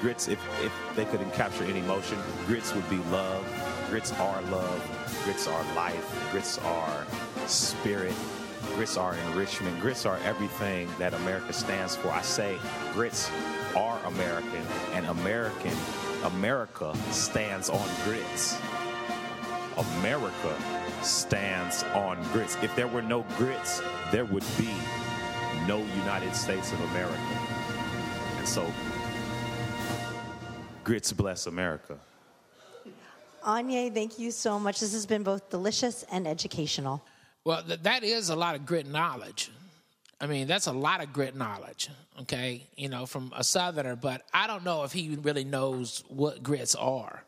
Speaker 11: Grits, if, if they could encapture any emotion, grits would be love. Grits are love. Grits are life. Grits are spirit. Grits are enrichment. Grits are everything that America stands for. I say grits are American, and American, America stands on grits. America stands on grits. If there were no grits, there would be no United States of America. And so Grits bless America.
Speaker 7: Anya, thank you so much. This has been both delicious and educational.
Speaker 4: Well, th- that is a lot of grit knowledge. I mean, that's a lot of grit knowledge, okay? You know, from a southerner, but I don't know if he really knows what grits are.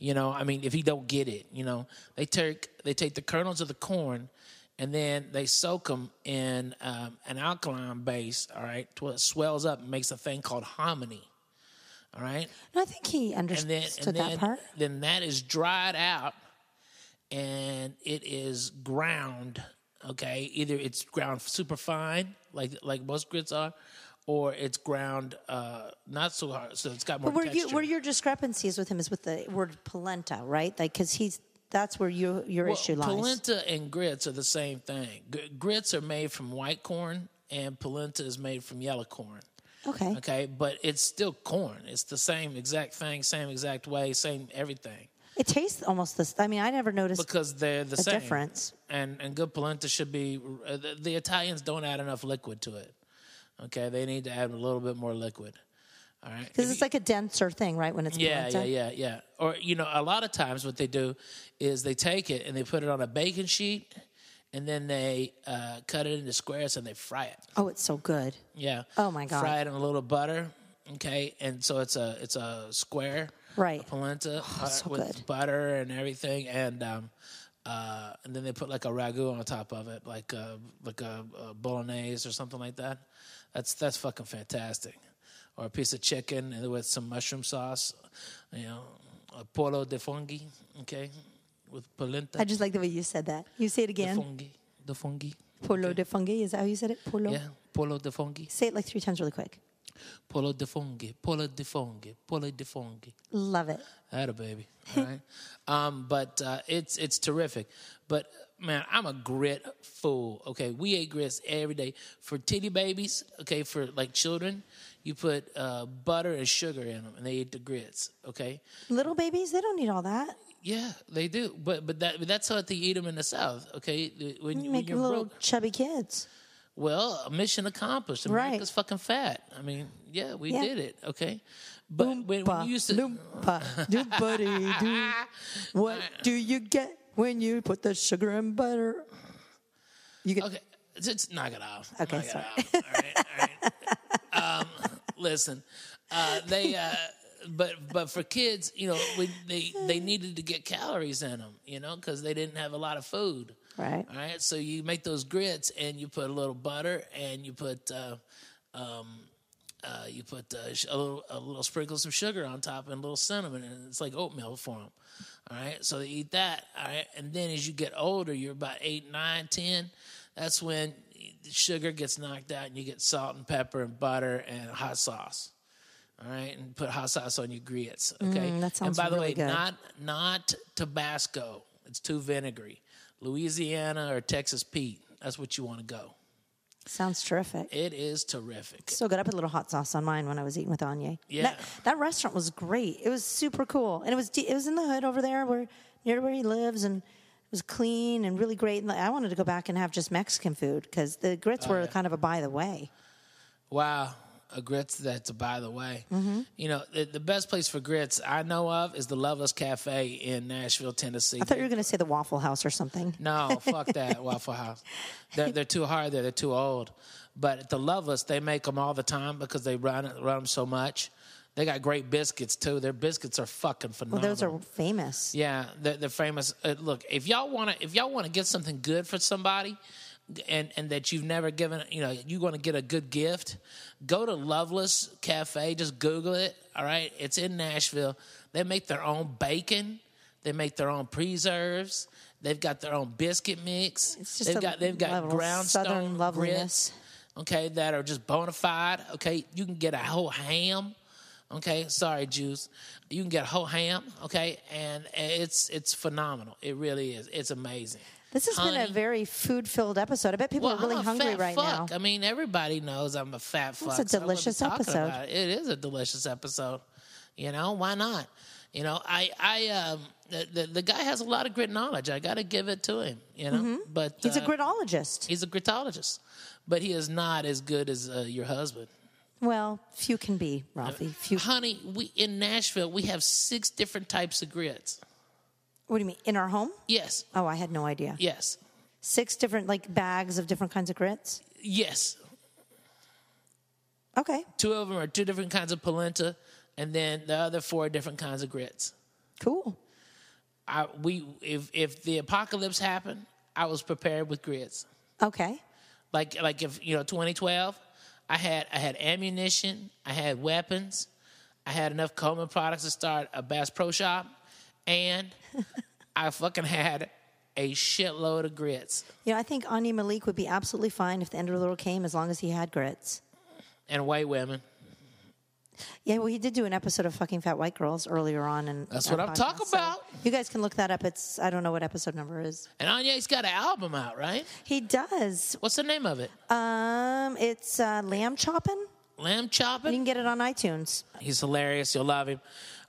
Speaker 4: You know, I mean, if he don't get it, you know, they take they take the kernels of the corn, and then they soak them in um, an alkaline base. All right, to where it swells up and makes a thing called hominy. All right,
Speaker 7: No, I think he understood that
Speaker 4: then,
Speaker 7: part.
Speaker 4: Then that is dried out and it is ground. Okay, either it's ground super fine, like like most grits are, or it's ground uh, not so hard, so it's got more
Speaker 7: But where
Speaker 4: texture.
Speaker 7: you where your discrepancies with him is with the word polenta, right? Like because he's that's where you, your
Speaker 4: Well,
Speaker 7: issue lies.
Speaker 4: Polenta and grits are the same thing. Gr- grits are made from white corn, and polenta is made from yellow corn.
Speaker 7: Okay.
Speaker 4: Okay, but it's still corn. It's the same exact thing, same exact way, same everything.
Speaker 7: It tastes almost this. I mean, I never noticed
Speaker 4: because they're the
Speaker 7: a
Speaker 4: same
Speaker 7: difference.
Speaker 4: And and good polenta should be uh, the, the Italians don't add enough liquid to it. Okay, they need to add a little bit more liquid. All right.
Speaker 7: because it's like a denser thing, right? When it's
Speaker 4: Yeah, yeah,
Speaker 7: polenta.
Speaker 4: yeah, yeah. Or you know, a lot of times what they do is they take it and they put it on a baking sheet, and then they uh, cut it into squares and they fry it.
Speaker 7: Oh, it's so good.
Speaker 4: Yeah.
Speaker 7: Oh, my God.
Speaker 4: Fry it in a little butter. Okay, and so it's a it's a square
Speaker 7: Right. Oh,
Speaker 4: a polenta uh,
Speaker 7: so
Speaker 4: with
Speaker 7: good.
Speaker 4: butter and everything, and um, uh, and then they put like a ragu on top of it, like a, like a, a bolognese or something like that. That's that's fucking fantastic. Or a piece of chicken and with some mushroom sauce, you know, a polo de funghi, okay, with polenta.
Speaker 7: I just like the way you said that. You say it again.
Speaker 4: fungi. de funghi.
Speaker 7: Polo de fungi. Is that how you said it? Polo.
Speaker 4: Yeah, polo de funghi.
Speaker 7: Say it like three times really quick.
Speaker 4: Polo de funghi. Polo de funghi. Polo de funghi.
Speaker 7: Love it.
Speaker 4: That a baby. All right. um, but uh, it's it's terrific. But man, I'm a grit fool. Okay, we ate grits every day for titty babies. Okay, for like children, you put uh, butter and sugar in them, and they eat the grits. Okay,
Speaker 7: Little babies, they don't need all that.
Speaker 4: yeah, they do. But but that but that's how they eat them in the South. Okay, when,
Speaker 7: You
Speaker 4: when
Speaker 7: make
Speaker 4: you're
Speaker 7: little
Speaker 4: broke,
Speaker 7: chubby kids.
Speaker 4: well, mission accomplished.
Speaker 7: Right.
Speaker 4: America's fucking fat. I mean, yeah, we
Speaker 7: Yeah.
Speaker 4: did it. Okay, but when, when you used to.
Speaker 7: Loompa, do buddy, do. What do you get when you put the sugar and butter? You get
Speaker 4: Okay, just knock it off.
Speaker 7: Okay,
Speaker 4: knock it
Speaker 7: sorry.
Speaker 4: off. All right, all right. um, listen, uh, they, uh, but but for kids, you know, we, they they needed to get calories in them, you know, because they didn't have a lot of food.
Speaker 7: right.
Speaker 4: All right, so you make those grits and you put a little butter and you put. Uh, um, uh, you put uh, sh- a, little, a little sprinkle of some sugar on top and a little cinnamon, and it's like oatmeal for them. All right, so they eat that. All right, and then as you get older, you're about eight, nine, ten. That's when the sugar gets knocked out, and you get salt and pepper and butter and hot sauce. All right, and put hot sauce on your grits. Okay,
Speaker 7: Mm, that sounds
Speaker 4: And by the
Speaker 7: really
Speaker 4: way,
Speaker 7: good.
Speaker 4: not not Tabasco. It's too vinegary. Louisiana or Texas Pete. That's what you want to go.
Speaker 7: Sounds terrific.
Speaker 4: It is terrific.
Speaker 7: So good. I put a little hot sauce on mine when I was eating with Anya.
Speaker 4: Yeah.
Speaker 7: That, that restaurant was great. It was super cool, and it was de- it was in the hood over there, where near where he lives, and it was clean and really great. And like, I wanted to go back and have just Mexican food because the grits
Speaker 4: Oh,
Speaker 7: were kind of a by the way.
Speaker 4: Wow. A grits that's a by the way. Mm-hmm. You know, the, the best place for grits I know of is the Loveless Cafe in Nashville, Tennessee.
Speaker 7: I thought you were going to say the Waffle House or something.
Speaker 4: no, fuck that Waffle House. They're, they're too hard there. They're too old. But at the Loveless, they make them all the time because they run run them so much. They got great biscuits too. Their biscuits are fucking
Speaker 7: Well,
Speaker 4: phenomenal.
Speaker 7: those are famous.
Speaker 4: Yeah, they're, they're famous. Uh, look, if y'all want to, if y'all want to get something good for somebody, and and that you've never given, you know, you want to get a good gift, go to Loveless Cafe. Just Google it. All right, it's in Nashville. They make their own bacon. They make their own preserves. They've got their own biscuit mix.
Speaker 7: It's just
Speaker 4: they've
Speaker 7: a
Speaker 4: got they've
Speaker 7: level
Speaker 4: got
Speaker 7: of
Speaker 4: ground
Speaker 7: southern
Speaker 4: stone
Speaker 7: loveliness.
Speaker 4: grits. Okay, that are just bona fide. Okay, you can get a whole ham. Okay, sorry, Jews. You can get a whole ham. Okay, and it's it's phenomenal. It really is. It's amazing.
Speaker 7: This has been a
Speaker 4: Honey.
Speaker 7: very food filled episode. I bet people are really
Speaker 4: I'm a
Speaker 7: hungry
Speaker 4: fat
Speaker 7: right
Speaker 4: fuck.
Speaker 7: now.
Speaker 4: I mean, everybody knows I'm a fat fuck.
Speaker 7: That's
Speaker 4: so
Speaker 7: a
Speaker 4: I wouldn't be
Speaker 7: delicious
Speaker 4: talking
Speaker 7: episode.
Speaker 4: about it. it is a delicious episode. You know why not? You know, I I um the the, the guy has a lot of grit knowledge. I got to give it to him. You know, but
Speaker 7: Mm-hmm. He's a
Speaker 4: uh,
Speaker 7: gridologist.
Speaker 4: He's a gritologist, but he is not as good as uh, your husband.
Speaker 7: Well, few can be, Rafi.
Speaker 4: Uh,
Speaker 7: Few.
Speaker 4: Honey, we in Nashville we have six different types of grits.
Speaker 7: What do you mean? In our home?
Speaker 4: Yes,
Speaker 7: Oh, I had no idea.
Speaker 4: yes.
Speaker 7: six different like bags of different kinds of grits.
Speaker 4: Yes.
Speaker 7: Okay.
Speaker 4: Two of them are two different kinds of polenta, and then the other four are different kinds of grits.
Speaker 7: Cool.
Speaker 4: I we if if the apocalypse happened, I was prepared with grits.
Speaker 7: Okay.
Speaker 4: Like like if you know 2012, I had I had ammunition, I had weapons, I had enough Coleman products to start a Bass Pro Shop, and I fucking had a shitload of grits
Speaker 7: You know, I think Ani Malik would be absolutely fine if the end of the world came as long as he had grits.
Speaker 4: and white women.
Speaker 7: Yeah, well, he did do an episode of Fucking Fat White Girls earlier on, and
Speaker 4: That's what I'm talking about.
Speaker 7: You guys can look that up. It's I don't know what episode number is.
Speaker 4: And Anya's got an album out, right?
Speaker 7: He does.
Speaker 4: What's the name of it?
Speaker 7: Um, it's uh, lamb chopping.
Speaker 4: Lamb
Speaker 7: You
Speaker 4: Chopping.
Speaker 7: can get it on iTunes.
Speaker 4: He's hilarious. You'll love him.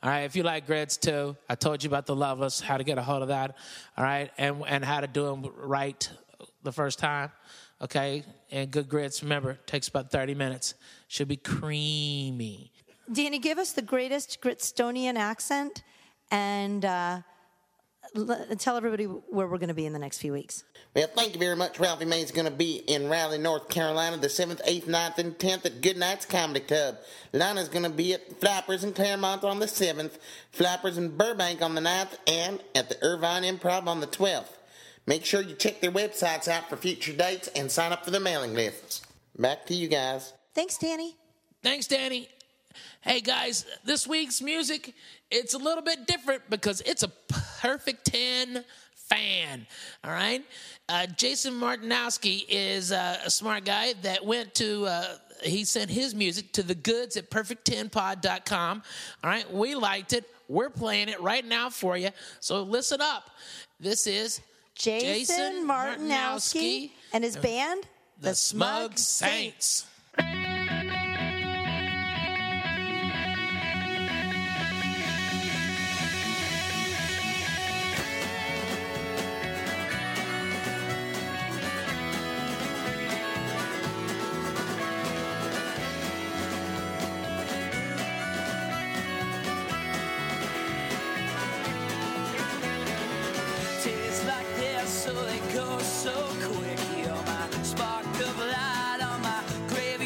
Speaker 4: All right. If you like Grits too, I told you about the Love Us, how to get a hold of that. All right. And, and how to do them right the first time. Okay. And good grits, remember, takes about 30 minutes. Should be creamy.
Speaker 7: Danny, give us the greatest Gritstonian accent, and uh, l- tell everybody where we're going to be in the next few weeks.
Speaker 12: Well, thank you very much. Ralphie May is going to be in Raleigh, North Carolina, the 7th, 8th, 9th, and 10th at Goodnight's Comedy Club. Lana's going to be at Flappers in Claremont on the 7th, Flappers in Burbank on the 9th, and at the Irvine Improv on the 12th. Make sure you check their websites out for future dates and sign up for the mailing lists. Back to you guys.
Speaker 7: Thanks, Danny.
Speaker 4: Thanks, Danny. Hey, guys, this week's music, it's a little bit different because it's a perfect 10 fan. All right? Uh, Jason Martinowski is uh, a smart guy that went to, uh, he sent his music to the goods at perfect10pod.com. All right? We liked it. We're playing it right now for you. So listen up. This is
Speaker 7: Jason, Martinowski and his band,
Speaker 4: the Smug Saints.
Speaker 13: Tastes like this, so they go so quick. You're my spark of light on my grave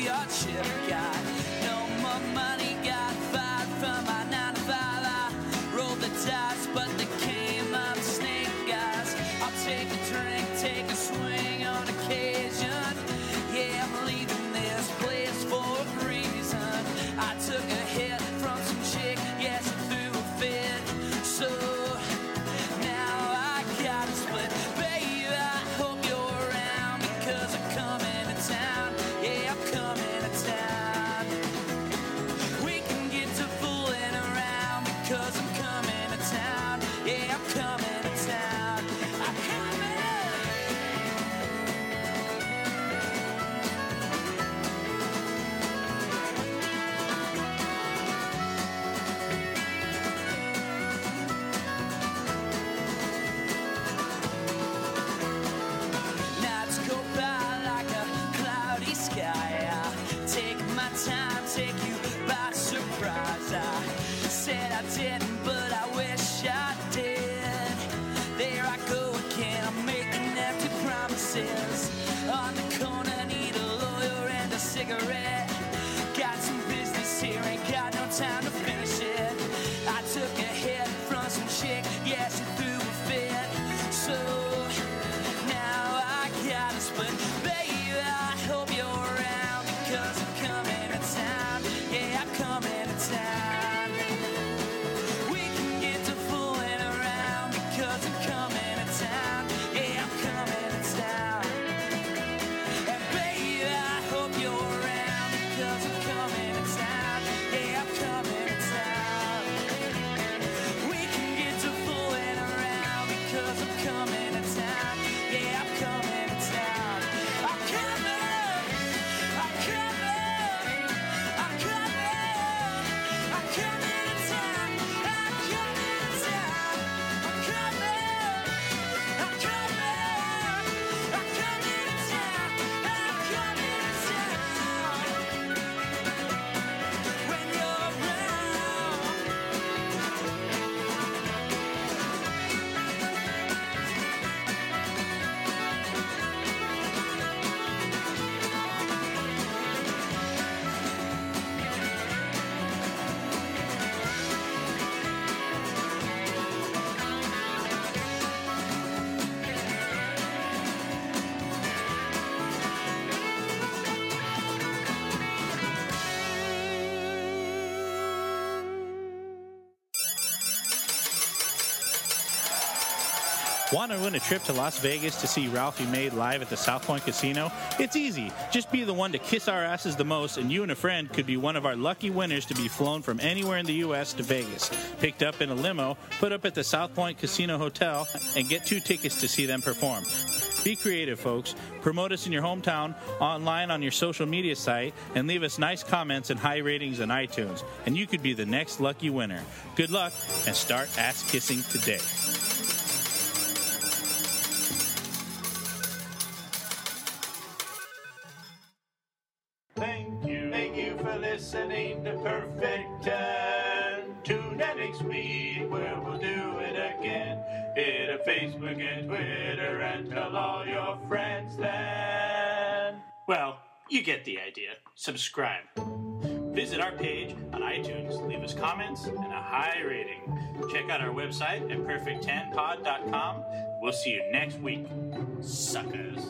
Speaker 13: Want to win a trip to Las Vegas to see Ralphie May live at the South Point Casino? It's easy. Just be the one to kiss our asses the most, and you and a friend could be one of our lucky winners to be flown from anywhere in the U.S. to Vegas. Picked up in a limo, put up at the South Point Casino Hotel, and get two tickets to see them perform. Be creative, folks. Promote us in your hometown, online on your social media site, and leave us nice comments and high ratings on iTunes. And you could be the next lucky winner. Good luck and start ass kissing today.
Speaker 1: Thank you. Thank you for listening to Perfect 10. Tune in next week where we'll do it again. Hit a Facebook and Twitter and tell all your friends then. Well, you get the idea. Subscribe. Visit our page on iTunes, leave us comments and a high rating. Check out our website at perfect10pod.com. We'll see you next week, suckers.